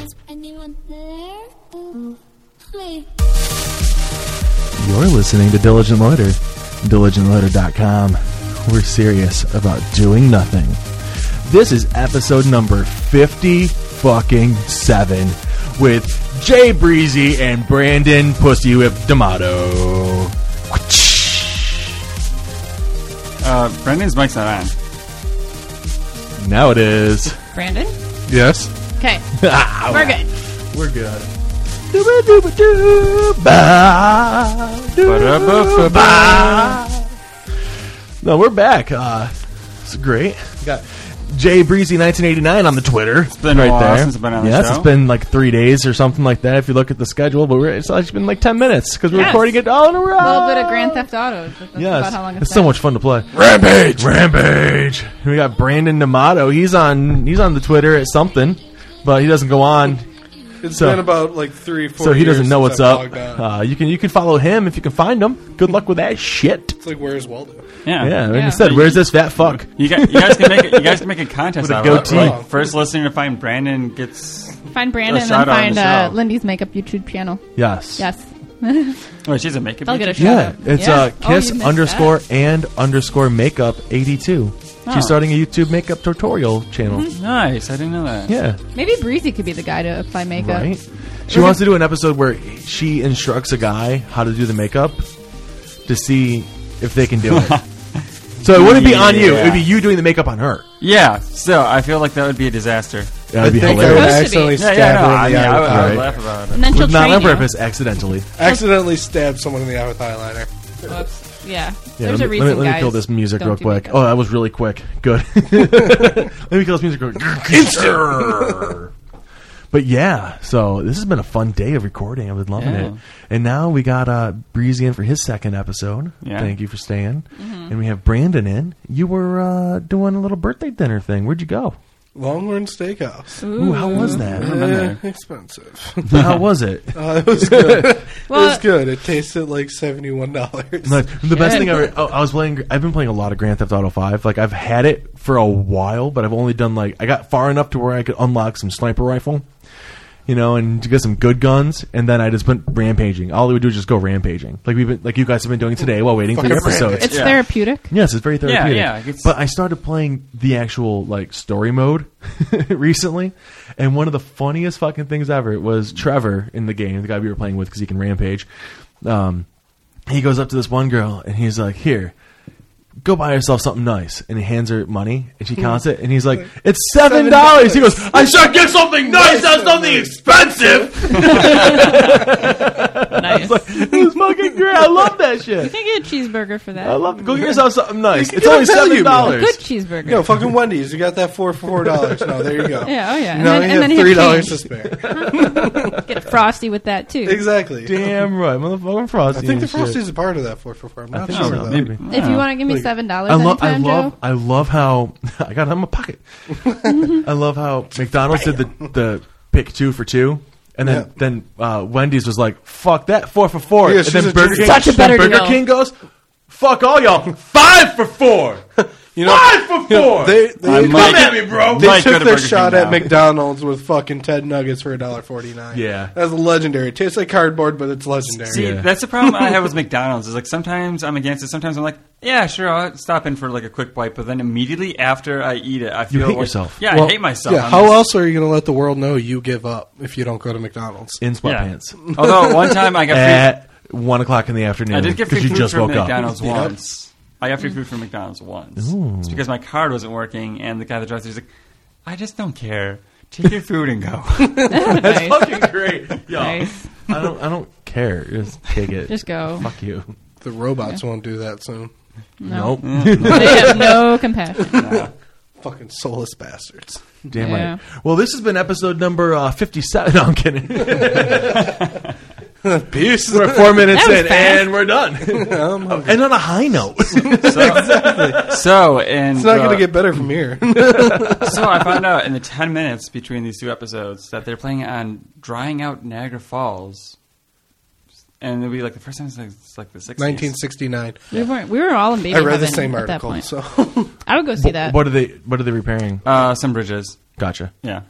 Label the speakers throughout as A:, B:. A: Is anyone there? Oh, hi.
B: You're listening to Diligent Loiter, diligentloiter.com. We're serious about doing nothing. This is episode number 50 fucking 7 with Jay Breezy and Brandon Pussy Whip D'Amato.
C: Uh, Brendan's mic's not on.
B: Now it is.
D: Brandon?
B: Yes.
D: Okay. We're good.
B: We're good. Dooba dooba doo ba doo ba. No, we're back. Uh, it's great. We got Jay Breezy 1989 on the Twitter. It's
C: been a
B: right
C: while
B: there.
C: since I've been on the
B: yes,
C: show.
B: it's been like three days or something like that. If you look at the schedule, but we're, it's actually been like ten minutes because we're
D: Yes.
B: recording it all in a row.
D: A little bit of Grand Theft Auto. but That's
B: Yes,
D: about how long it's,
B: it's so
D: been.
B: much fun to play. Rampage, rampage. We got Brandon D'Amato. He's on. He's on the Twitter at something, but he doesn't go on.
E: It's
B: So-
E: been about like three, four.
B: so he doesn't
E: years
B: know what's
E: since
B: up.
E: I've logged on.
B: Uh, you can you can follow him if you can find him. Good luck with that shit.
E: it's like where's Waldo?
C: Yeah.
B: Yeah, like
D: Yeah.
B: I said, where's this fat fuck?
C: Uh-huh. You guys, you guys can make it, you guys can make a contest
B: With a
C: out of it.
B: goatee.
C: Like, First listener to find Brandon gets.
D: Find Brandon and
C: shout
D: then
C: out on
D: find
C: the
D: uh,
C: show.
D: Lindy's makeup YouTube channel.
B: Yes.
D: Yes.
C: Oh, she's a makeup.
D: They'll get a
C: teacher.
D: shout
B: Yeah,
D: out.
B: it's
D: Yeah.
B: Uh,
D: Oh, you
B: kiss
D: missed
B: underscore and underscore makeup eighty two.
C: Oh.
B: She's starting a YouTube makeup tutorial channel.
D: Mm-hmm.
C: Nice. I didn't know that.
B: Yeah,
D: that. Maybe Breezy could be the guy to apply makeup.
B: right. She wants to do an episode where she instructs a guy how to do the makeup to see if they can do it. so it wouldn't be on you; it would be you doing the makeup on her.
C: Yeah. So I feel like that would be a disaster.
B: That'd be
E: I think I
B: hilarious.
E: would
D: Supposed to
C: Yeah.
D: be.
E: accidentally stab
C: Yeah. No, I,
E: her
C: mean,
E: in the
C: I, would, I
E: eye with
C: would
B: Right.
C: laugh about it.
D: And then she'll
B: Not
D: train
B: on
D: you.
B: purpose, accidentally.
E: Accidentally stab someone in the eye with eyeliner.
D: Whoops. Yeah.
B: Yeah,
D: There's
B: let
D: a
B: me,
D: reason,
B: let me, let me
D: guys.
B: kill this music
D: don't
B: real
D: do
B: quick.
D: makeup.
B: Oh, that was really quick. Good. let me kill this music real quick. Instant. But yeah, so this has been a fun day of recording. I've been loving
C: Yeah.
B: it. And now we got uh, Breezy in for his second episode.
C: Yeah.
B: Thank you for staying.
D: Mm-hmm.
B: And we have Brandon in. You were uh, doing a little birthday dinner thing. Where'd you go?
E: Longhorn Steakhouse.
B: Ooh, how was that?
E: Eh, expensive.
B: how was it?
E: Uh, it was good. it
D: Well,
E: was good. It tasted like seventy-one dollars.
B: Like, the best
D: Good.
B: thing I ever. Oh, I was playing. I've been playing a lot of Grand Theft Auto Five. Like I've had it for a while, but I've only done like I got far enough to where I could unlock some sniper rifle, you know, and to get some good guns, and then I just went rampaging. All we would do is just go rampaging, like we've been, like you guys have been doing today while waiting for your
E: Fucking
B: episodes.
E: rampage.
D: it's
C: Yeah.
D: therapeutic.
B: Yes, it's very therapeutic.
C: yeah, it's-
B: but I started playing the actual like story mode recently, and one of the funniest fucking things ever was Trevor in the game, the guy we were playing with because he can rampage. Um, he goes up to this one girl and he's like, "Here, go buy yourself something nice," and he hands her money and she counts it, and he's Hmm. like, "It's seven dollars." He goes, "I should get something nice, not something expensive."
D: nice.
B: it was fucking great. I love that shit.
D: Can you get a cheeseburger for that?
B: I love. Go get yourself something nice.
E: You
B: It's
E: get a
B: only
E: value
B: seven
E: meal.
D: a
B: dollars.
D: good cheeseburger.
E: no, fucking Wendy's. You got that for four dollars. No, there you go.
D: Yeah, oh yeah.
E: Now you have three dollars to
D: change.
E: spare.
D: Get a frosty with that too.
E: exactly.
B: Damn right, motherfucking frosty.
E: I think
B: and
E: the
B: shit.
E: Frosty's a part of that four for four. I'm not
B: think
E: sure
B: so.
E: though.
B: Maybe.
D: If you want to give me
E: Like,
D: seven dollars
B: I love, I
D: anytime,
B: love,
D: Joe.
B: I love how I got it on my pocket.
D: Mm-hmm.
B: I love how McDonald's did the, the pick two for two, and then
E: Yeah.
B: then uh, Wendy's was like, "Fuck that, four for four.
E: Yeah,
B: and
E: she's
B: then
E: a
B: Burger King,
E: cheese-
D: Such a better
B: Burger
D: deal.
B: King goes, "Fuck all y'all, five for four,
E: You know,
B: five for
E: you know,
B: four.
E: they, they,
C: I
B: Come
C: might-
B: at me, bro.
E: They
C: Might go
E: took
C: to
E: their
C: Burger King
E: shot
C: now.
E: at McDonald's with fucking ten nuggets for a dollar forty nine.
B: Yeah.
E: that's legendary. It tastes like cardboard, but it's legendary.
C: See,
B: Yeah.
C: that's the problem I have with McDonald's. Is like sometimes I'm against it. Sometimes I'm like, yeah, sure, I'll stop in for like a quick bite. But then immediately after I eat it, I feel
B: hate
C: like-
B: yourself.
C: Yeah,
E: Well,
C: I hate myself.
E: Yeah,
C: I'm
E: how
C: just-
E: else are you going to let the world know you give up if you don't go to McDonald's?
B: in
C: Yeah.
B: sweatpants
C: Although one time I got free,
B: at one o'clock in the afternoon
C: I did get free
B: you
C: food
B: just
C: from
B: woke
C: McDonald's
B: up.
E: Yeah.
C: once. I got free food from McDonald's once. It's because my card wasn't working, and the guy at the drive-thru was like, "I just don't care. Take your food and go."
D: Nice.
B: Fucking great, y'all.
D: Nice.
B: I don't, I don't care. Just take it.
D: Just go.
B: fuck you.
E: The robots won't do that soon.
D: No.
E: Mm.
B: Nope.
D: they have no compassion.
E: Fucking soulless bastards.
B: Damn
D: Yeah.
B: right. Well, this has been episode number uh, 57. No, I'm kidding. we're
E: Peace.
B: at four minutes
D: That was
B: in,
D: fast.
B: and we're done.
E: Oh
B: and on a high note.
C: so, and
E: It's not going to get better from here.
C: so I found out in the ten minutes between these two episodes that they're planning on drying out Niagara Falls, and it'll be like the first time since it's like the sixties.
E: 1969.
D: We weren't. We were all in baby
E: I read the
D: heaven
E: same
D: at that
E: article.
D: point.
E: So
D: I would go see that.
B: What are they? What are they repairing?
C: Uh, some bridges.
B: Gotcha.
C: Yeah.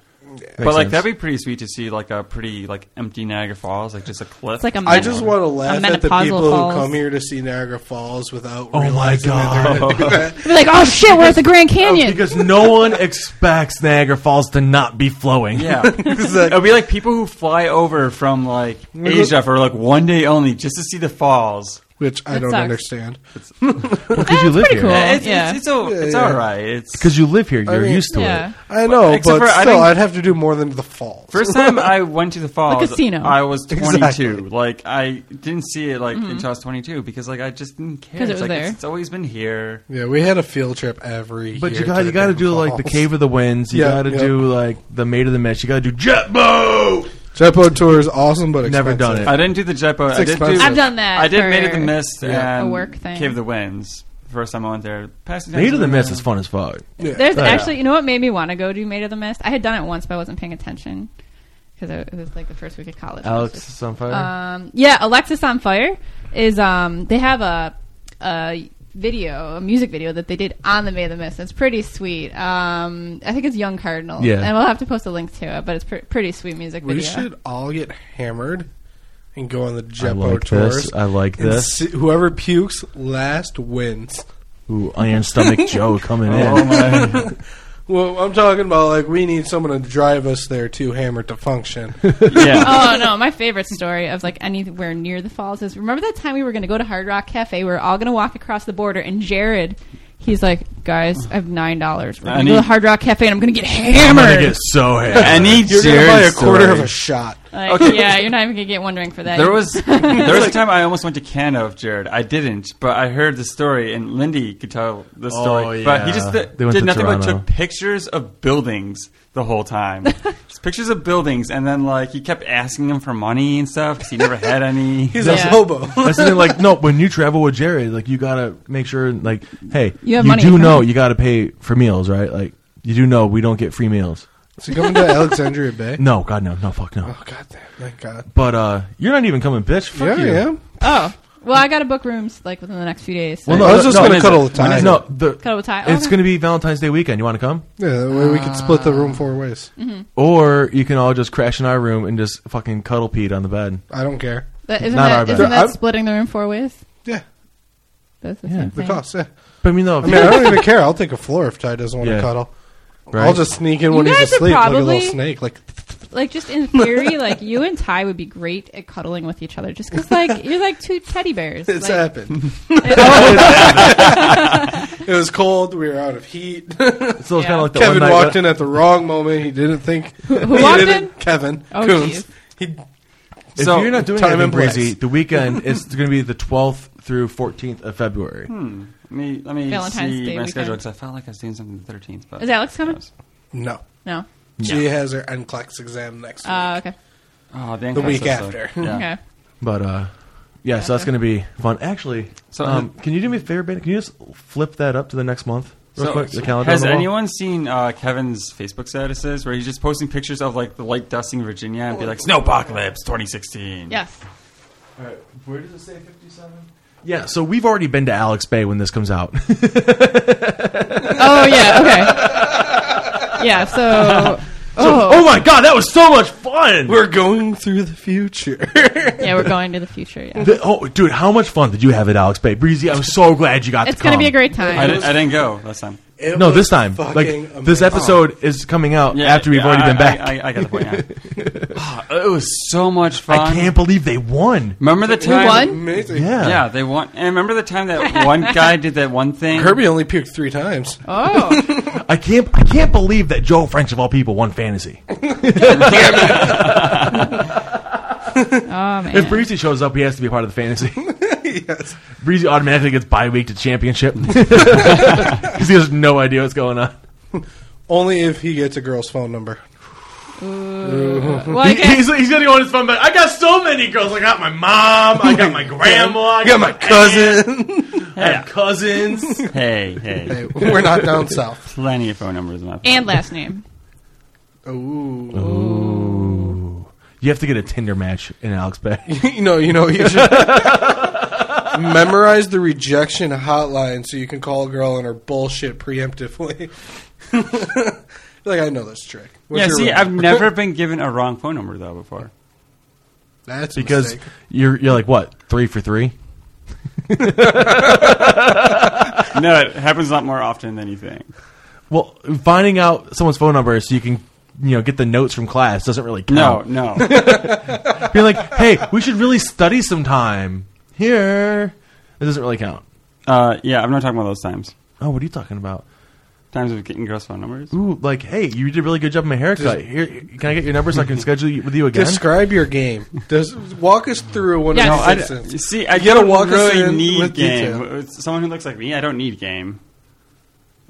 C: but like that'd be pretty sweet to see like a pretty like empty Niagara Falls, like just a cliff.
D: It's like a
C: I
E: I just want to laugh at the
D: menopausal
E: people
D: falls.
E: who come here to see Niagara Falls without
B: Oh my
E: realizing that they're gonna do that.
D: Be like, oh shit, we're at the Grand Canyon.
B: because no one expects Niagara Falls to not be flowing.
C: yeah.
E: It's like-
C: It'll be like people who fly over from like Asia for like one day only just to see the falls.
E: which I
D: That
E: don't
D: sucks.
E: understand.
B: because you
D: That's
B: live
D: pretty
B: here.
D: cool.
C: Eh, It's, it's,
D: yeah.
C: it's, all-
E: Oh. Yeah,
C: it's
E: yeah.
C: all right. It's
B: Because you live here, you're
E: mean-
B: used to
D: yeah.
B: it.
E: I know,
C: Except for
E: but
C: I
E: still,
C: think-
E: I'd have to do more than the falls.
C: First time I went to the falls,
D: casino.
C: I was 22.
E: Exactly.
C: Like I didn't see it like until I was 22 because like I just didn't care.
D: Mm-hmm. 'Cause
C: It's
D: it was
C: like,
D: there.
C: It's, it's always been here.
E: yeah, we had a field trip every.
B: But
E: year
B: you got
E: to
B: you
E: the
B: got to do
E: Niagara
B: like the
E: Falls.
B: Cave of the Winds. You
E: Yeah,
B: got to
E: yeah.
B: do like the Maid of the Mist. You got to do Jet Boat.
E: Jet boat tour is awesome, but
B: Never
E: expensive.
B: done it.
C: I didn't do the jet boat.
E: It's
C: I did do,
E: expensive.
D: I've done that
C: I did
D: for
C: Made of the Mist
E: Yeah.
C: and
D: a work thing.
C: Cave of the Winds. First time I went there. Passing
B: Maid of the Mist is fun as fuck.
E: Yeah.
D: There's
B: Oh, Yeah.
D: actually, you know what made me want to go do Maid of the Mist? I had done it once, but I wasn't paying attention because it was like the first week of college.
B: Alex is on fire.
D: Um, yeah, Alexis on Fire is um, they have a, a video, a music video that they did on the May of the Mist. It's pretty sweet. Um, I think it's Young Cardinal.
B: Yeah.
D: and we'll have to post a link to it, but it's pr- pretty sweet music
E: We
D: video.
E: should all get hammered and go on the
B: I
E: jet
B: like
E: boat tours.
B: this. I like
E: and
B: this.
E: see- whoever pukes last wins.
B: Ooh, Iron Stomach Joe coming
C: Oh
B: in.
C: my!
E: Well, I'm talking about like we need someone to drive us there too, hammered to function.
C: Yeah.
D: oh no! My favorite story of like anywhere near the falls is remember that time we were going to go to Hard Rock Cafe. We were all going to walk across the border, and Jared, he's like, "Guys, I have nine dollars. We're
C: I
D: going to go to
C: need-
D: Hard Rock Cafe, and I'm going to get
B: I'm gonna get
D: hammered."
B: so happy.
C: Any
E: You're gonna buy a
C: Jared
E: quarter of
C: story.
E: a shot.
D: Like,
C: Okay.
D: yeah, you're not even going to get one drink for that.
C: There was there was a time I almost went to Canada of Jared. I didn't, but I heard the story, and Lindy could tell the
B: Oh,
C: story. But he
B: yeah.
C: just th-
B: They went
C: did
B: to
C: nothing but
B: Toronto.
C: took pictures of buildings the whole time. just pictures of buildings, and then like he kept asking him for money and stuff because he never had any.
E: He's a
D: Yeah.
E: hobo.
B: That's the thing, like no, when you travel with Jared, like you gotta make sure, like, hey,
D: You have money
B: do
D: for
B: know
D: him.
B: you gotta pay for meals, right? Like, you do know we don't get free meals.
E: Is he coming to Alexandria Bay?
B: No, God, no, no, fuck no.
E: Oh god damn! Thank God.
B: But uh, you're not even coming, bitch. Fuck
E: yeah,
B: you.
E: yeah.
D: Oh. Well, I got to book rooms like within the next few days. So.
B: Well, no,
E: I was
B: no,
E: just
B: no,
E: gonna
B: when is
E: cuddle
B: it?
E: the time.
B: No, the
D: Cuddle with Ty.
B: It's
D: Okay.
B: gonna be Valentine's Day weekend. You want to come,
E: Yeah, that way we could split the room four ways.
B: or you can all just crash in our room and just fucking cuddle peed on the bed.
E: I don't care.
D: That, isn't
B: Not our
D: that,
B: bad.
D: isn't that
E: I'm-
D: splitting the room four ways?
E: Yeah,
D: That's the
B: Yeah.
D: same
E: the
D: thing.
E: cost. Yeah.
B: But I mean, no, if
E: I mean, I don't even care. I'll take a floor if Ty doesn't want
B: Yeah.
E: to cuddle.
B: Right.
E: I'll just sneak in when
D: You
E: he's
D: guys should
E: asleep, like a
D: probably-
E: little snake. Like
D: Like, just in theory, like you and Ty would be great at cuddling with each other, just because like you're like two teddy bears.
E: it's
D: like,
E: happened. it was cold. We were out of heat.
B: it's those
D: Yeah.
B: kind of like the
E: Kevin
B: one night
E: walked
B: when-
E: in at the wrong moment. He didn't think.
D: who
E: he
D: walked
E: didn't-
D: in?
E: Kevin
D: Oh, jeez.
E: Coons. He,
B: If
C: So,
B: you're not doing
E: time
B: anything
E: and place.
B: breezy, the weekend is going to be the 12th through 14th of February.
C: Let me let me
D: Valentine's
C: see my
D: Day weekend.
C: schedule because I felt like I was doing something the thirteenth. But
D: Is Alex coming?
E: no.
D: No.
E: She has her NCLEX exam next week.
D: Uh, okay.
C: Oh,
E: the
C: NCLEX
E: week
C: sucks.
E: after.
C: Yeah.
D: Okay.
E: Mm.
B: But uh, yeah, so that's going to be fun. Actually,
C: So- uh,
B: um, can you do me a favor, Ben? Can you just flip that up to the next month, real
C: So,
B: quick? The calendar.
C: has
B: on the wall?
C: anyone seen uh, Kevin's Facebook statuses where he's just posting pictures of like the light dusting Virginia and be like snowpocalypse 2016?
D: Yes.
B: All right, where does it say 57? Yeah, so we've already been to Alex Bay when this comes out.
D: Oh yeah. Okay. Yeah. So.
B: oh
D: Oh.
B: my god, that was so much fun!
E: We're going through the future.
D: Yeah, we're going to the future. Yeah.
B: The- oh, dude, how much fun did you have at Alex Bay? Breezy, I'm so glad you got
D: It's
B: to come.
D: gonna be a great
C: I,
D: time.
C: didn't- I didn't go last time.
E: It
B: No,
E: was
B: this time.
E: fucking
B: Like, this
E: amazing.
B: episode is coming out
C: Yeah,
B: after we've
C: yeah,
B: already
C: I,
B: been back. I,
C: I, I, I got the point. Yeah. Ah, it was so much fun.
B: can't believe they won.
C: Remember the time?
D: won?
E: Oh, Amazing.
B: Yeah.
C: Yeah, they won. And remember the time that one guy did that one thing?
E: Kirby only puked three times.
D: Oh.
B: I can't I can't believe that Joe French of all people won fantasy.
D: Oh man.
B: If Breezy shows up, he has to be a part of the fantasy. Breezy automatically gets bye week to championship. Because he has no idea what's going on.
E: Only if he gets a girl's phone number.
D: Well, I
B: He-
D: guess-
B: he's, he's gonna go on his phone, but I got so many girls. I got my mom, I got my grandma, I got my cousin, I have cousins.
C: Hey, hey.
E: Hey, we're not down south.
C: Plenty of phone numbers in my phone.
D: and last name.
E: Ooh.
B: You have to get a Tinder match in Alex Bay.
E: you know, you know, you should memorize the rejection hotline so you can call a girl on her bullshit preemptively. You're like, I know this trick. What's
C: yeah,
E: your
C: see,
E: room?
C: I've never been given a wrong phone number though before.
E: That's a
B: because
E: mistake.
B: you're you're like what three for three.
C: No, it happens a lot more often than you think.
B: Well, finding out someone's phone number so you can you know get the notes from class doesn't really
C: No,
B: count.
C: no.
B: Being like, hey, we should really study sometime here. It doesn't really count.
C: uh, yeah, I'm not talking about those times.
B: Oh, what are you talking about?
C: Times of getting girls' phone numbers.
B: Ooh, like, hey, you did a really good job on my haircut. Here, can I get your number so I can schedule you, with you again?
E: Describe your game. Does walk us through one
D: Yeah,
E: of
C: No,
D: no,
E: these
C: I
E: instances.
C: d- see. I
E: You gotta
C: don't
E: walk us
C: really
E: in
C: need
E: with
C: game.
E: detail.
C: It's Someone who looks like me, I don't need game.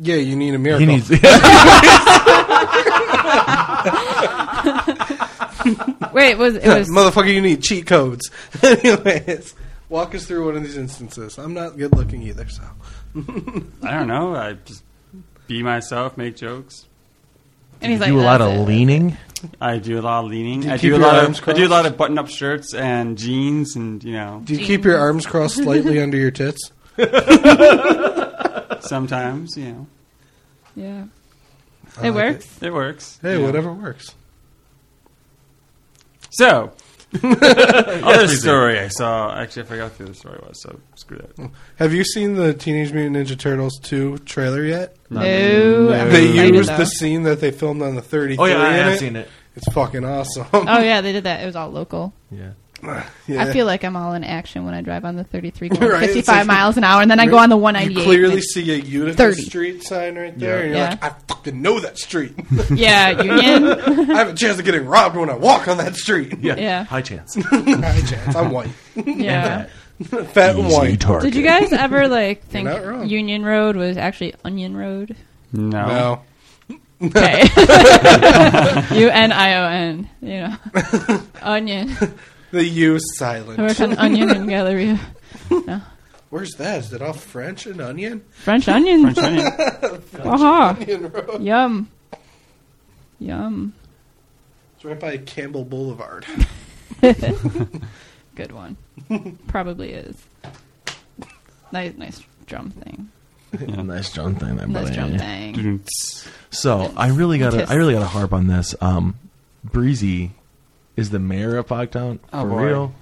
E: Yeah, you need a
B: he
E: miracle.
B: needs.
D: Wait, was it was
E: Motherfucker, you need cheat codes. Anyways, walk us through one of these instances. I'm not good looking either, so.
C: I don't know. I just be myself, make jokes.
D: and he's like
B: do a lot
D: "That's
B: of
D: it."
B: leaning.
C: I do a lot of leaning.
E: Do you
C: I
E: keep
C: do a
E: your
C: lot
E: arms
C: of I do a
E: crossed?
C: lot of button-up shirts and jeans, and you know,
E: Do you keep your arms crossed slightly under your tits?
C: sometimes you know
D: Yeah,
E: I
D: it
E: like
D: works.
C: it works.
E: Hey,
C: you know.
E: whatever works.
C: So, other story I saw. Actually, I forgot who the story was. So screw that.
E: Have you seen the Teenage Mutant Ninja Turtles 2 trailer yet?
D: No,
C: No.
D: I'm
E: They
D: excited,
E: used
D: though.
E: the scene that they filmed on the 33
B: Oh yeah, I
E: in
B: have
E: it.
B: seen it.
E: It's fucking awesome.
D: Oh yeah, they did that. It was all local.
B: Yeah.
E: Yeah.
D: I feel like I'm all in action when I drive on the 33, going
E: Right, it's
D: 55
E: like-
D: miles an hour, and then I go on the 198.
E: You clearly
D: but-
E: see a Utica
D: 30.
E: Street sign right there,
B: Yeah.
E: and you're
D: Yeah.
E: like, I fucking know that street.
D: yeah, Union.
E: I have a chance of getting robbed when I walk on that street.
B: yeah,
D: Yeah.
B: High chance.
E: High chance. I'm white.
D: Yeah.
E: Fat and white.
B: target.
D: Did you guys ever like think
E: not wrong.
D: Union Road was actually Onion Road?
C: No.
E: No.
D: Okay. U N I O N. You know, Onion.
E: The U is
D: I work
E: silent.
D: on Onion and Galleria.
E: Where's that? Is it all French and onion?
D: French onion.
C: French onion.
D: Aha.
E: Onion Road.
D: Yum. Yum.
E: It's right by Campbell Boulevard.
D: Good one. Probably is. Nice, nice drum thing.
B: Nice drum thing, that
D: Nice drum thing.
B: So I really gotta,
D: Tis.
B: I really gotta harp on this. Um, Breezy is the mayor of Fogtown
C: Oh,
B: for
C: boy.
B: real.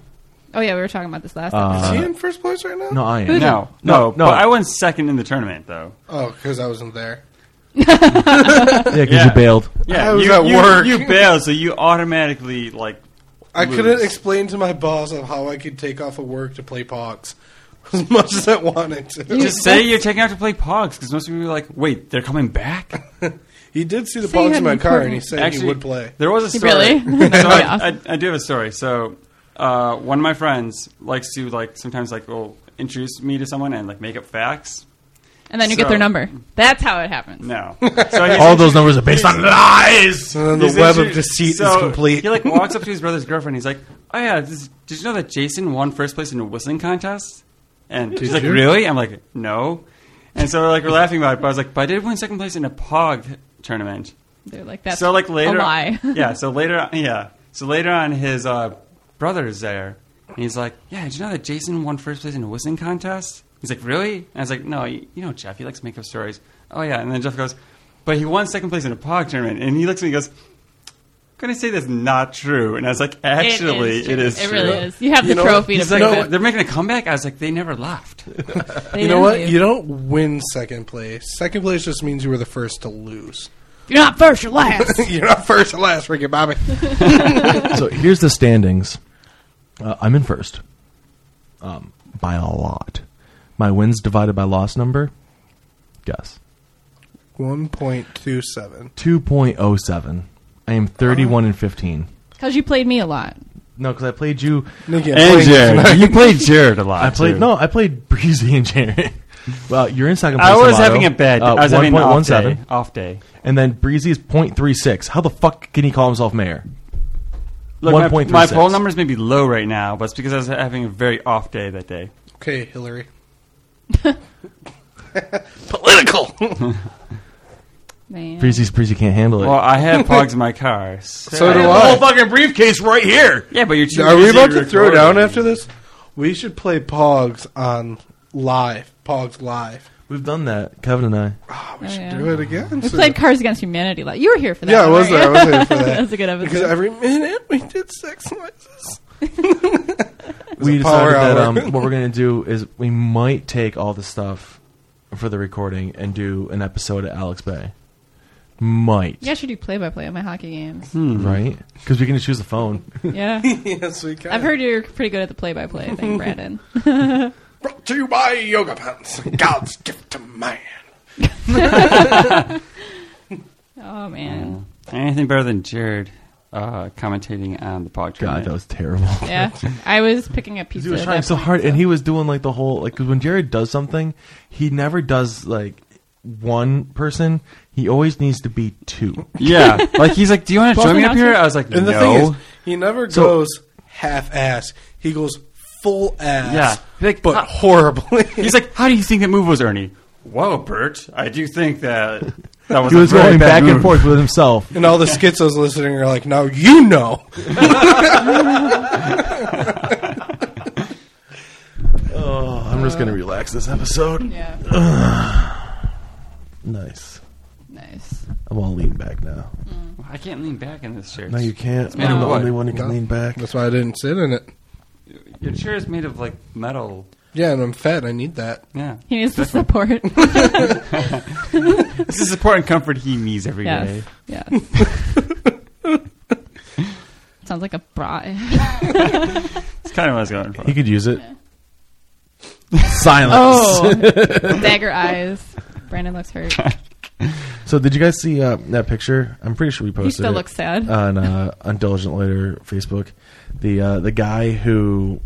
D: Oh yeah, we were talking about this last
B: Uh,
D: episode.
E: is he in first place right now?
B: No, I am.
C: No,
B: No,
C: no,
B: no.
C: no. But I went second in the tournament, though.
E: Oh, because I wasn't there.
B: Yeah, because
C: Yeah.
B: you bailed.
C: Yeah,
E: I was
C: you,
E: at
C: you,
E: work.
C: You bailed, so you automatically like.
E: I
C: lose.
E: couldn't explain to my boss of how I could take off of work to play Pogs as much as I wanted to.
C: Just say you're taking out to play Pogs because most people are like, "Wait, they're coming back."
E: he did see the
D: So you
E: Pogs
D: had
E: in my
D: an
E: car, and he
D: important-
E: said he would play.
C: There was a
D: You
C: story.
D: really?
C: so I,
D: Yeah.
C: I, I do have a story. So uh, one of my friends likes to like sometimes like will introduce me to someone and like make up facts.
D: and then you get
C: so-
D: their number. That's how it happens.
C: No, so he's-
B: All those numbers are based on lies.
E: And then
C: he's
E: the web of
C: introdu-
E: deceit
C: so
E: is complete.
C: He like walks up to his brother's girlfriend. He's like, "Oh yeah, this, did you know that Jason won first place in a whistling contest?" And she's like,
E: you?
C: "Really?" I'm like, "No." And so like we're laughing about it, but I was like, "But I did win second place in a Pog tournament."
D: They're like that's
C: so like later,
D: a lie.
C: yeah. So later, on, yeah. So later on, his uh, brother's there, and he's like, "Yeah, did you know that Jason won first place in a whistling contest?" He's like, "Really?" And I was like, "No, you, you know Jeff. He likes to make up stories." Oh yeah, and then Jeff goes, "But he won second place in a pog tournament," and he looks at me and goes. Gonna say that's not true, and I was like, actually,
D: true.
C: it is.
D: It
C: true.
D: really is. You have
E: You know
D: the
E: what?
D: trophy to
C: He's like,
D: prove
C: "No,
D: it.
C: they're making a comeback. I was like, they never left.
D: They
E: You know what?
D: didn't
E: You don't win second place. Second place just means you were the first to lose.
D: You're not first, you're last.
E: You're not first to last, Ricky Bobby.
B: so here's the standings. Uh, I'm in first, um, by a lot. My wins divided by loss number. Guess
E: 1.27.
B: two point oh seven. I am thirty one and fifteen.
D: Because you played me a lot.
B: No, because I played you.
E: Nikki, I'm
C: And
E: playing this
C: Jared,
E: tonight.
C: you played Jared a lot.
B: I played no, I played Breezy and Jared. Well, you're in second place.
C: I was
B: Lotto.
C: having a bad.
B: Uh,
C: I was having an off
B: 1.17.
C: day. Off day.
B: and then Breezy is 0.36. How the fuck can he call himself mayor?
C: Look, my-
B: 1.36.
C: my poll numbers may be low right now, but it's because I was having a very off day that day.
E: Okay, Hillary.
D: Man.
B: Breezy's Breezy can't handle it.
C: Well, I have pogs in my car.
E: So do
B: have the
E: I.
B: whole fucking briefcase right here.
C: Yeah, but you're too
E: Are we
C: busy
E: about to throw
C: recording.
E: down after this? We should play Pogs on live. Pogs live.
B: We've done that, Kevin and I.
E: Oh, we
D: Oh,
E: should
D: yeah.
E: do it again.
D: We
E: soon.
D: played Cards Against Humanity. Like you were here for that.
E: Yeah, I was
D: weren't
E: there.
D: you?
E: I was here for that.
D: That's a good
E: because
D: episode.
E: every minute we did sex noises.
B: we
E: a power
B: decided that um,
E: hour.
B: what we're going to do is we might take all the stuff for the recording and do an episode at Alex Bay. Might.
D: Yeah, I should do play by play of my hockey games.
E: Hmm.
B: Right? Because we can just use the phone.
D: yeah.
E: yes, we can.
D: I've heard you're pretty good at the play by play thing, Brandon.
E: Brought to you by yoga pants, God's gift to man.
D: Oh man.
C: Anything better than Jared uh, commentating on the podcast?
B: God, that was terrible.
E: Oh,
D: Yeah. I was picking up pizza.
B: He was
D: at
B: trying
D: that
B: so
D: point,
B: hard, and he was doing like the whole like 'cause when Jared does something, he never does like one person. He always needs to be two.
C: Yeah, like he's like, "Do you want to
D: Twelve
C: join me up here?"
D: announcements?
C: I was like,
E: And the
C: "No."
E: thing is, he never
B: So-
E: goes half ass. He goes full ass.
C: Yeah. Like,
E: but
C: how-
E: horribly.
C: he's like, "How do you think that move was, Ernie?" Whoa, Bert, I do think that that was.
B: He
C: a
B: was
C: very
B: going
C: bad
B: back and
C: move.
B: forth with himself.
E: and all the schizos listening are like, "Now you know."
B: Oh, I'm just gonna relax this episode.
D: Yeah.
B: Nice.
D: Nice.
B: I'm all lean back now.
C: I can't lean back in this chair.
B: No, you can't.
C: made
B: I'm
C: of
B: the
C: wood.
B: only one who can
E: No.
B: lean back.
E: That's why I didn't sit in it.
C: Your chair is made of like metal.
E: Yeah, and I'm fat. I need that.
C: Yeah,
D: He needs the support.
C: this is support and comfort he needs every day.
D: yes. Yes. Sounds like a bra.
C: It's kind of what I was going for.
B: He could use it. Silence.
D: Oh, dagger eyes. Brandon looks hurt.
B: So, did you guys see uh, that picture? I'm pretty sure we posted.
D: He still
B: it
D: looks sad.
B: on uh, on Diligent Later Facebook. The uh, the guy who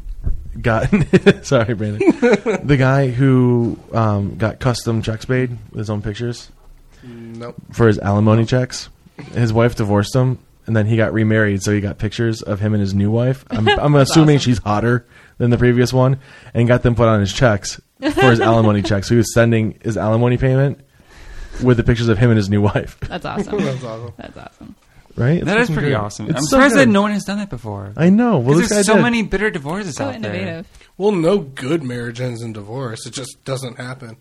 B: got sorry, Brandon. the guy who um, got custom checks made with his own pictures
E: Mm, Nope.
B: for his alimony checks. His wife divorced him, and then he got remarried, so he got pictures of him and his new wife. I'm, I'm assuming
D: awesome.
B: she's hotter than the previous one, and got them put on his checks for his alimony checks. So he was sending his alimony payment with the pictures of him and his new wife.
D: That's awesome.
E: That's awesome.
D: That's awesome.
B: Right? It's
C: That is
B: fucking
C: pretty
B: great.
C: awesome.
B: It's
C: I'm
B: so
C: surprised
B: good.
C: that no one has done that before.
B: I know. Well, this
C: there's
B: guy
C: so
B: did.
C: many bitter divorces
D: So
C: out there.
D: innovative.
E: Well, no good marriage ends in divorce. It just doesn't happen.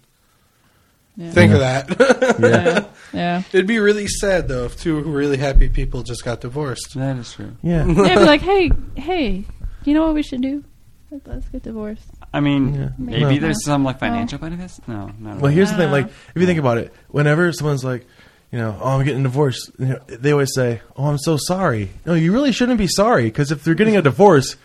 D: Yeah.
E: Think of that.
B: Yeah.
D: Yeah.
E: It'd be really sad though if two really happy people just got divorced.
C: That is true.
B: yeah.
D: They'd be like, hey, hey, you know what we should do? Let's get divorced.
C: I mean,
B: Yeah.
C: maybe
B: Well-
C: there's some like financial benefits. No, no.
B: Well, here's the thing.
D: Ah.
B: Like, if you think about it, whenever someone's like, you know, oh, I'm getting divorced, you know, they always say, oh, I'm so sorry. No, you really shouldn't be sorry because if they're getting a divorce,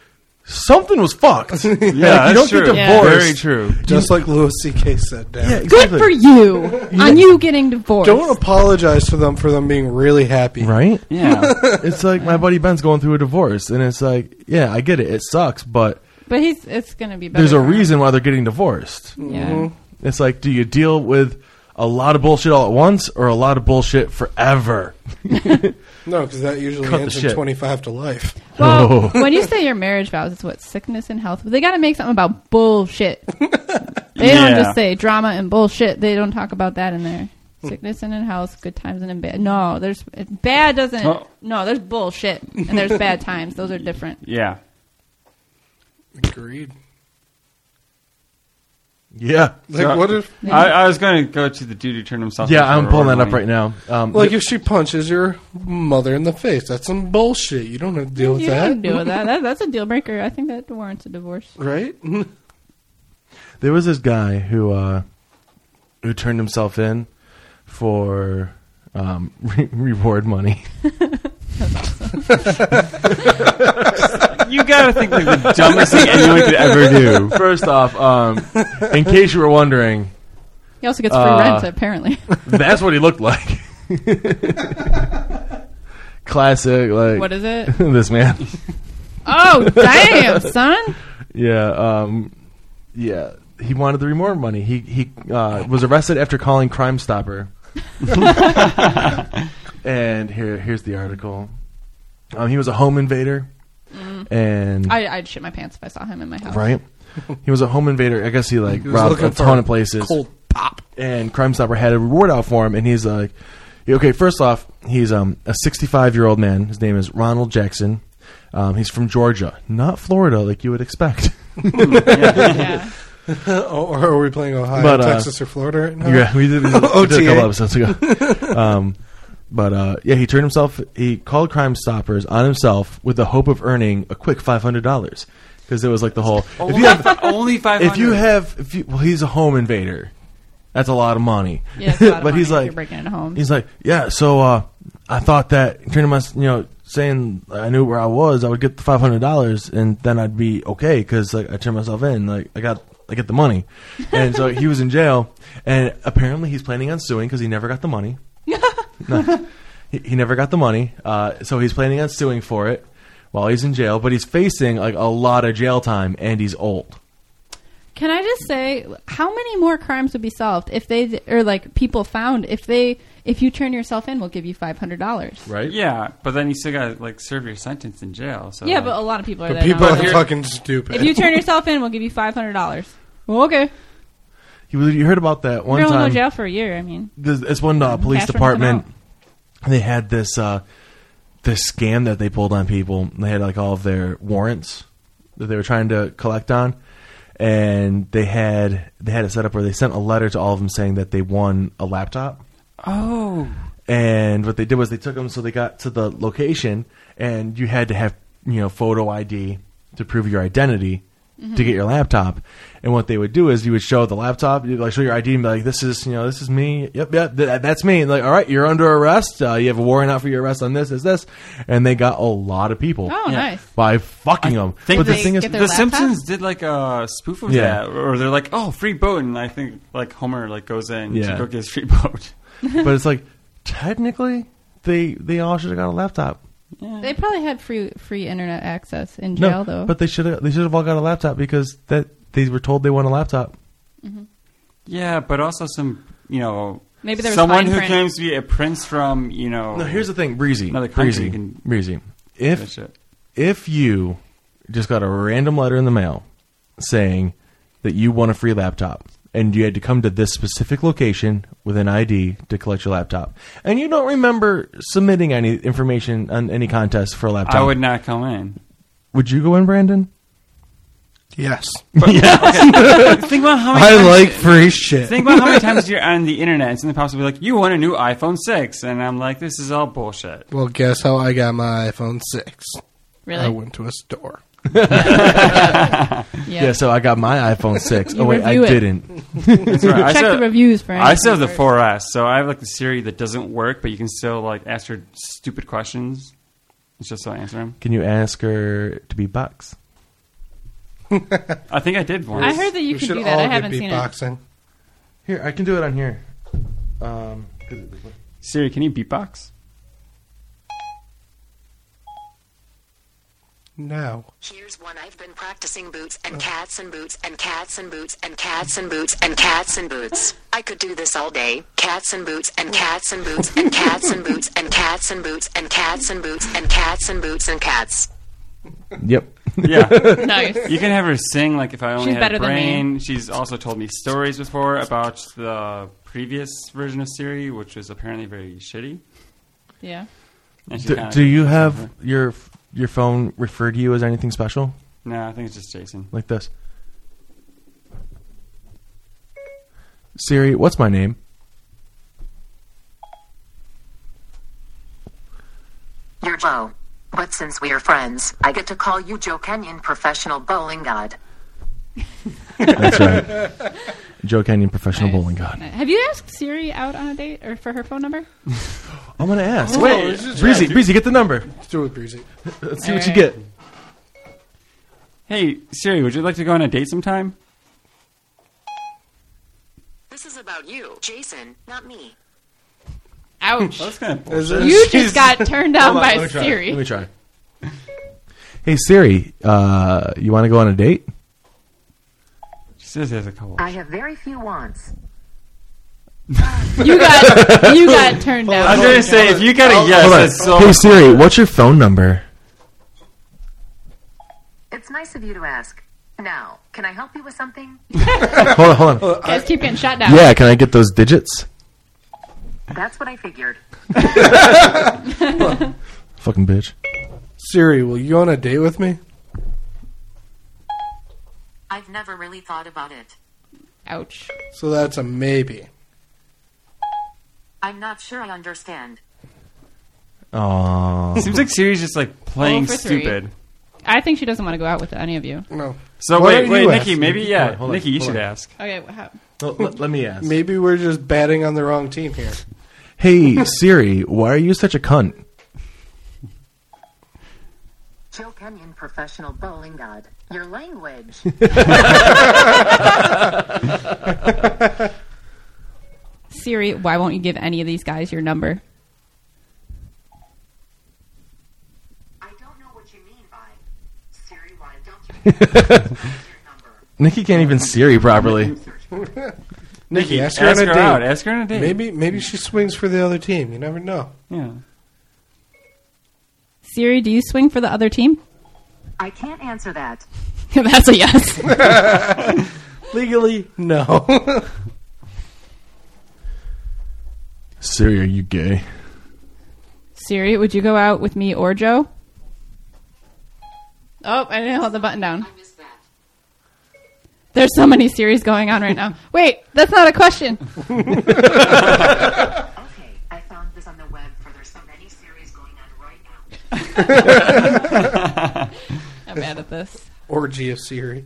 B: something was fucked. yeah,
C: yeah, that's
B: you don't
C: true.
B: get
D: Yeah.
B: divorced.
C: Very true.
E: Just like Louis C.K. said, damn.
B: Yeah,
E: it.
D: Good
B: exactly.
D: for you on you getting divorced.
E: Don't apologize to them for them being really happy.
B: Right?
C: Yeah,
B: It's like my buddy Ben's going through a divorce, and it's like, yeah, I get it. It sucks, but
D: but he's it's gonna be better.
B: there's a
D: for him.
B: reason Mm-hmm. why they're getting divorced.
D: Yeah.
B: It's like, do you deal with a lot of bullshit all at once or a lot of bullshit forever?
E: No, because that usually
B: Cut the
E: ends in
B: shit.
E: 25 to life.
B: Oh.
D: Well, when you say your marriage vows, it's what sickness and health. But they got to make something about bullshit. They
C: Yeah.
D: don't just say drama and bullshit. They don't talk about that in there. Sickness and in health, good times and in bad. No, there's bad doesn't.
C: Oh.
D: No, there's bullshit and there's bad times. Those are different.
C: yeah.
E: Agreed.
B: Yeah.
E: Like
C: So-
E: what if,
C: I, I was going to go to the dude who turned himself.
B: Yeah,
C: into
B: I'm
C: a
B: pulling that up
C: runaway.
B: right now. Um,
E: like if she punches your mother in the face? That's some bullshit. You don't have to deal with
D: you
E: that,
D: can deal with that. that. That's a deal breaker. I think that warrants a divorce.
E: right?
B: There was this guy who uh, who turned himself in for um, re- reward money.
C: You gotta think like the dumbest thing anyone could ever do.
B: First off, um, in case you were wondering,
D: He also gets free
B: Uh,
D: rent apparently.
B: that's what he looked like. Classic, like
D: what is it?
B: this man?
D: Oh damn, son!
B: Yeah, um, yeah. He wanted the reward money. He he uh, was arrested after calling Crime Stopper. and here here's the article. Um, he was a home invader, and
D: I, I'd shit my pants if I saw him in my house.
B: right? He was a home invader. I guess he like
E: He was
B: robbed
E: looking
B: a
E: for
B: ton of places.
E: Cold pop.
B: And Crime Stopper had a reward out for him, and he's like, okay, first off, he's um, a 65 year old man. His name is Ronald Jackson. Um, he's from Georgia, not Florida, like you would expect.
D: Yeah.
E: or are we playing Ohio,
B: But, uh,
E: Texas, or Florida right now?
B: Yeah, we did, we did a
E: OTA.
B: couple episodes ago. um, but uh, yeah, he turned himself. He called Crime Stoppers on himself with the hope of earning a quick five hundred dollars because it was like the whole. If you have,
C: only five.
B: if you have, if you, well, he's a home invader. That's a lot of money.
D: Yeah, it's a lot of
B: but he's
D: money if
B: like
D: you're breaking into homes.
B: He's like, yeah. So uh, I thought that turning my, you know, saying I knew where I was, I would get the five hundred dollars, and then I'd be okay because like I turned myself in, like I got, I get the money, and so he was in jail, and apparently he's planning on suing because he never got the money. No. he, he never got the money, uh, so he's planning on suing for it while he's in jail. But he's facing like a lot of jail time, and he's old.
D: Can I just say how many more crimes would be solved if they or like people found if they if you turn yourself in, we'll give you five hundred dollars.
B: Right?
C: yeah, but then you still got to like serve your sentence in jail. So
D: Yeah,
C: like,
D: but a lot of people are
E: But
D: there.
E: people
D: now.
E: are
C: here-
E: fucking stupid.
D: if you turn yourself in, we'll give you five hundred dollars. Well, okay.
B: He was. You heard about that one
D: You're going
B: time?
D: to jail for a year. I mean,
B: this, this one uh, police
D: Cash for
B: department
D: nothing
B: they had this uh, this scam that they pulled on people they had like all of their warrants that they were trying to collect on and they had they had it set up where they sent a letter to all of them saying that they won a laptop
C: oh,
B: and what they did was they took them so they got to the location and you had to have you know photo id to prove your identity to get your laptop and what they would do is you would show the laptop you'd like show your id and be like this is you know this is me yep yep th- that's me and like all right you're under arrest uh, you have a warrant out for your arrest on this is this and they got a lot of people
D: oh
C: Yeah.
D: nice.
B: by fucking them
C: think
B: but the
D: they
B: thing is
D: get
C: the
D: their laptop?
C: Simpsons did like a spoof of
B: Yeah.
C: that, or they're like, "Oh, free boat," and I think like Homer like goes in
B: Yeah.
C: to go get his free boat.
B: but it's like technically they they all should have got a laptop
D: They probably had free free internet access in
B: no
D: jail though.
B: but they should have they should have all got a laptop because that they were told they won a laptop
C: Yeah, but also some you know
D: Maybe there was
C: someone
D: fine
C: who
D: print.
C: claims to be a prince from you know.
B: No, here's the thing, Breezy.
C: Another country
B: Breezy.
C: can-
B: Breezy.
C: that
B: If
C: shit.
B: if you just got a random letter in the mail saying that you want a free laptop and you had to come to this specific location with an ID to collect your laptop, and you don't remember submitting any information on any contest for a laptop,
C: I would not come in.
B: Would you go in, Brandon?
E: yes,
C: Think about how many
E: I
C: times-
E: like free shit.
C: Think about how many times you're on the internet and something pops up like, you want a new iPhone 6. And I'm like, this is all bullshit.
E: Well, guess how I got my iPhone six?
D: really?
E: I went to a store.
D: yeah.
B: Yeah. so I got my iPhone six.
D: You
B: oh wait, I
D: review it.
B: didn't.
C: That's right. I
D: Check
C: still-
D: the reviews, friend.
C: I still have the 4S, so I have like the Siri that doesn't work, but you can still like ask her stupid questions. It's just so I answer them.
B: Can you ask her to be box?
C: I think I did once.
D: I heard that you
E: we
D: can
E: should
D: do that.
E: all
D: I
E: get
D: haven't seen it.
E: beatboxing.
B: Here, I can do it on here. Um,
C: Siri, can you beatbox?
E: No.
F: Here's one I've been practicing boots and cats and boots and cats and boots and cats and boots and cats and boots. I could do this all day. Cats and boots and cats and boots and cats and boots and cats and boots and cats and boots and cats and boots and cats.
B: yep.
C: Yeah.
D: Nice.
C: you can have her sing like if I only
D: She's
C: had
D: better
C: a
D: than me.
C: brain. She's also told me stories before about the previous version of Siri, which was apparently very shitty.
D: Yeah.
C: And she
B: Do,
C: kinda-
B: do you have your your phone refer to you as anything special
C: No, I think it's just Jason.
B: like this? Siri, what's my name?
F: You're Joe. But since we're friends, I get to call you Joe Kenyon Professional Bowling God.
B: That's right. Joe Kenyon, professional
D: Nice.
B: bowling oh god.
D: Have you asked Siri out on a date or for her phone number?
B: I'm gonna ask.
E: Wait,
B: Breezy, Breezy, get the number.
E: let's do it, breezy.
B: Let's see what you
D: Alright.
B: get.
C: Hey, Siri, would you like to go on a date sometime?
F: This is about you, Jason, not me.
D: Ouch.
C: Well, that's kind of
E: Is
C: bullshit.
E: it?
D: You just got turned down
B: Hold on,
D: by
B: let me try.
D: Siri.
B: Let me try. Hey Siri, uh, you want to go on a date?
C: She says there's a couple.
F: I have very few wants.
D: You got you got turned
C: I was
D: down.
C: gonna say if you got a yes,
B: Hold on.
C: that's so.
B: hey Siri, what's your phone number?
F: It's nice of you to ask. Now, can I help you with something?
B: Hold on, hold on.
D: Guys keep getting shot down.
B: Yeah, can I get those digits?
F: That's what I figured.
B: Fucking bitch.
E: Siri, will you go on a date with me?
F: I've never really thought about it.
D: Ouch.
E: So that's a maybe.
F: I'm not sure I understand.
B: Aww.
C: Seems like Siri's just like playing
D: for three.
C: stupid.
D: I think she doesn't want to go out with any of you.
E: No.
C: So
E: Why
C: wait,
E: don't
C: wait,
E: you
C: Nikki,
E: ask?
C: maybe yeah,
B: Hold on, hold
C: Nikki,
B: on,
C: you should
B: hold on.
C: ask.
D: Okay, wha- how-
B: Well, let, let me ask.
E: Maybe we're just batting on the wrong team here.
B: Hey Siri, why are you such a cunt?
F: Joe Kenyon, professional bowling god. Your language.
D: Siri, why won't you give any of these guys your number?
F: I don't know what you mean by Siri. Why don't you?
B: Nikki can't even Siri properly.
E: Nikki, ask her
C: ask
E: on a
C: her
E: date.
C: out. Ask her on a date.
E: Maybe maybe she swings for the other team. You never know.
C: Yeah.
D: Siri, do you swing for the other team?
F: I can't answer that.
D: That's a yes.
E: Legally, no.
B: Siri, are you gay?
D: Siri, would you go out with me or Joe? Oh, I didn't hold the button down.
F: missed that.
D: There's so many series going on right now. Wait, that's not a question.
F: Okay, I found this on the web for there's so many series going on right now.
D: I'm bad at this.
E: Orgy of Siri.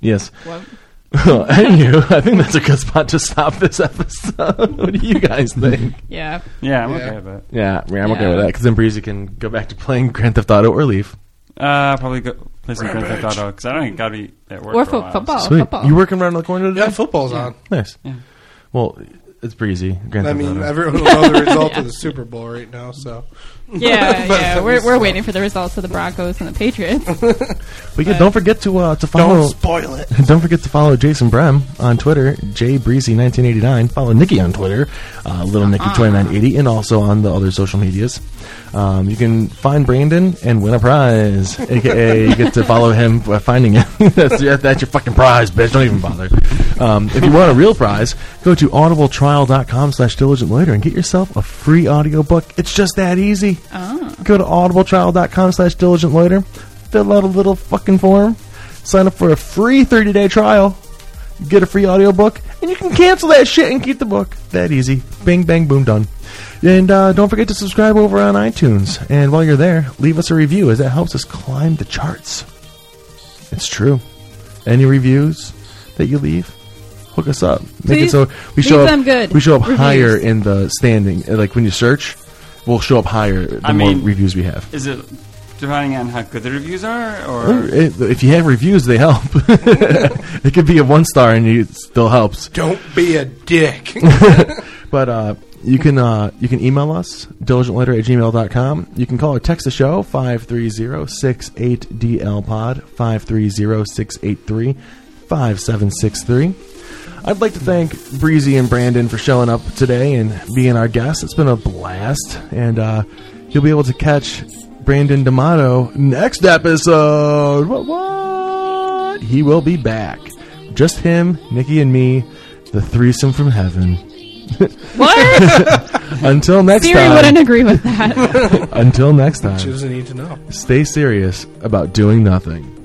B: Yes.
D: What?
B: Anywho, I think that's a good spot to stop this episode. what do you guys think?
D: Yeah.
C: Yeah, I'm
E: Yeah.
C: okay with
B: Yeah, I mean, I'm okay
D: Yeah.
B: with that because then Breezy can go back to playing Grand Theft Auto or leave.
C: it. Uh, probably go play some Grand Theft Auto because I don't got to be at work.
D: Or
C: for a
D: fo-
C: while,
D: football.
C: so-
B: Sweet.
D: football.
B: You working around the corner today?
E: Oh, Yeah, football's on.
B: Nice.
C: Yeah.
B: Well, it's Breezy. Grand
E: I
B: Theft
E: mean,
B: Auto.
E: everyone will know the result of the Super Bowl right now, so.
D: Yeah,
E: But
D: yeah.
E: that
D: We're,
E: was-
D: we're waiting for the results of the Broncos and the Patriots.
B: But yeah, don't forget to uh, to
E: Oh.
B: follow. Don't spoil it. Don't forget to follow Jason Brem on Twitter, jbreezy1989. Follow Nikki on Twitter, uh, Little Nikki2980, and also on the other social medias. Um, you can find Brandon and win a prize, aka you get to follow him by finding him. that's, your- that's your fucking prize, bitch. Don't even bother. Um, if you want a real prize, go to audibletrial.com slash diligent loiter and get yourself a free audiobook. It's just that easy. Go to audibletrial.com slash diligent loiter, fill out a little fucking form, sign up for a free 30 day trial, get a free audiobook, and you can cancel that shit and keep the book. That easy. Bing, bang, boom, done. And uh, don't forget to subscribe over on iTunes. And while you're there, leave us a review as that helps us climb the charts. It's true. Any reviews that you leave, hook us up. Make
D: Please
B: it so we
D: leave
B: show up,
D: them good
B: We show up
D: reviews.
B: higher in the standing. Uh, Like when you search, we'll show up higher the
C: I
B: more
C: mean-
B: reviews we have.
C: Is it depending on how good the reviews are, or
B: If if you have reviews, they help. it could be a one star and you- it still helps.
E: Don't be a dick.
B: But uh, you can uh, you can email us, diligentletter at gmail.com. You can call or text the show, 530-68DLPOD, 530-683-5763. I'd like to thank Breezy and Brandon for showing up today and being our guests. It's been a blast. And uh, you'll be able to catch Brandon D'Amato next episode. What, what? He will be back. Just him, Nikki, and me, the threesome from heaven.
D: what?
B: Until next
D: Siri wouldn't
B: time.
D: agree with that.
B: Until next
E: she
B: time.
E: doesn't need to know.
B: Stay serious about doing nothing.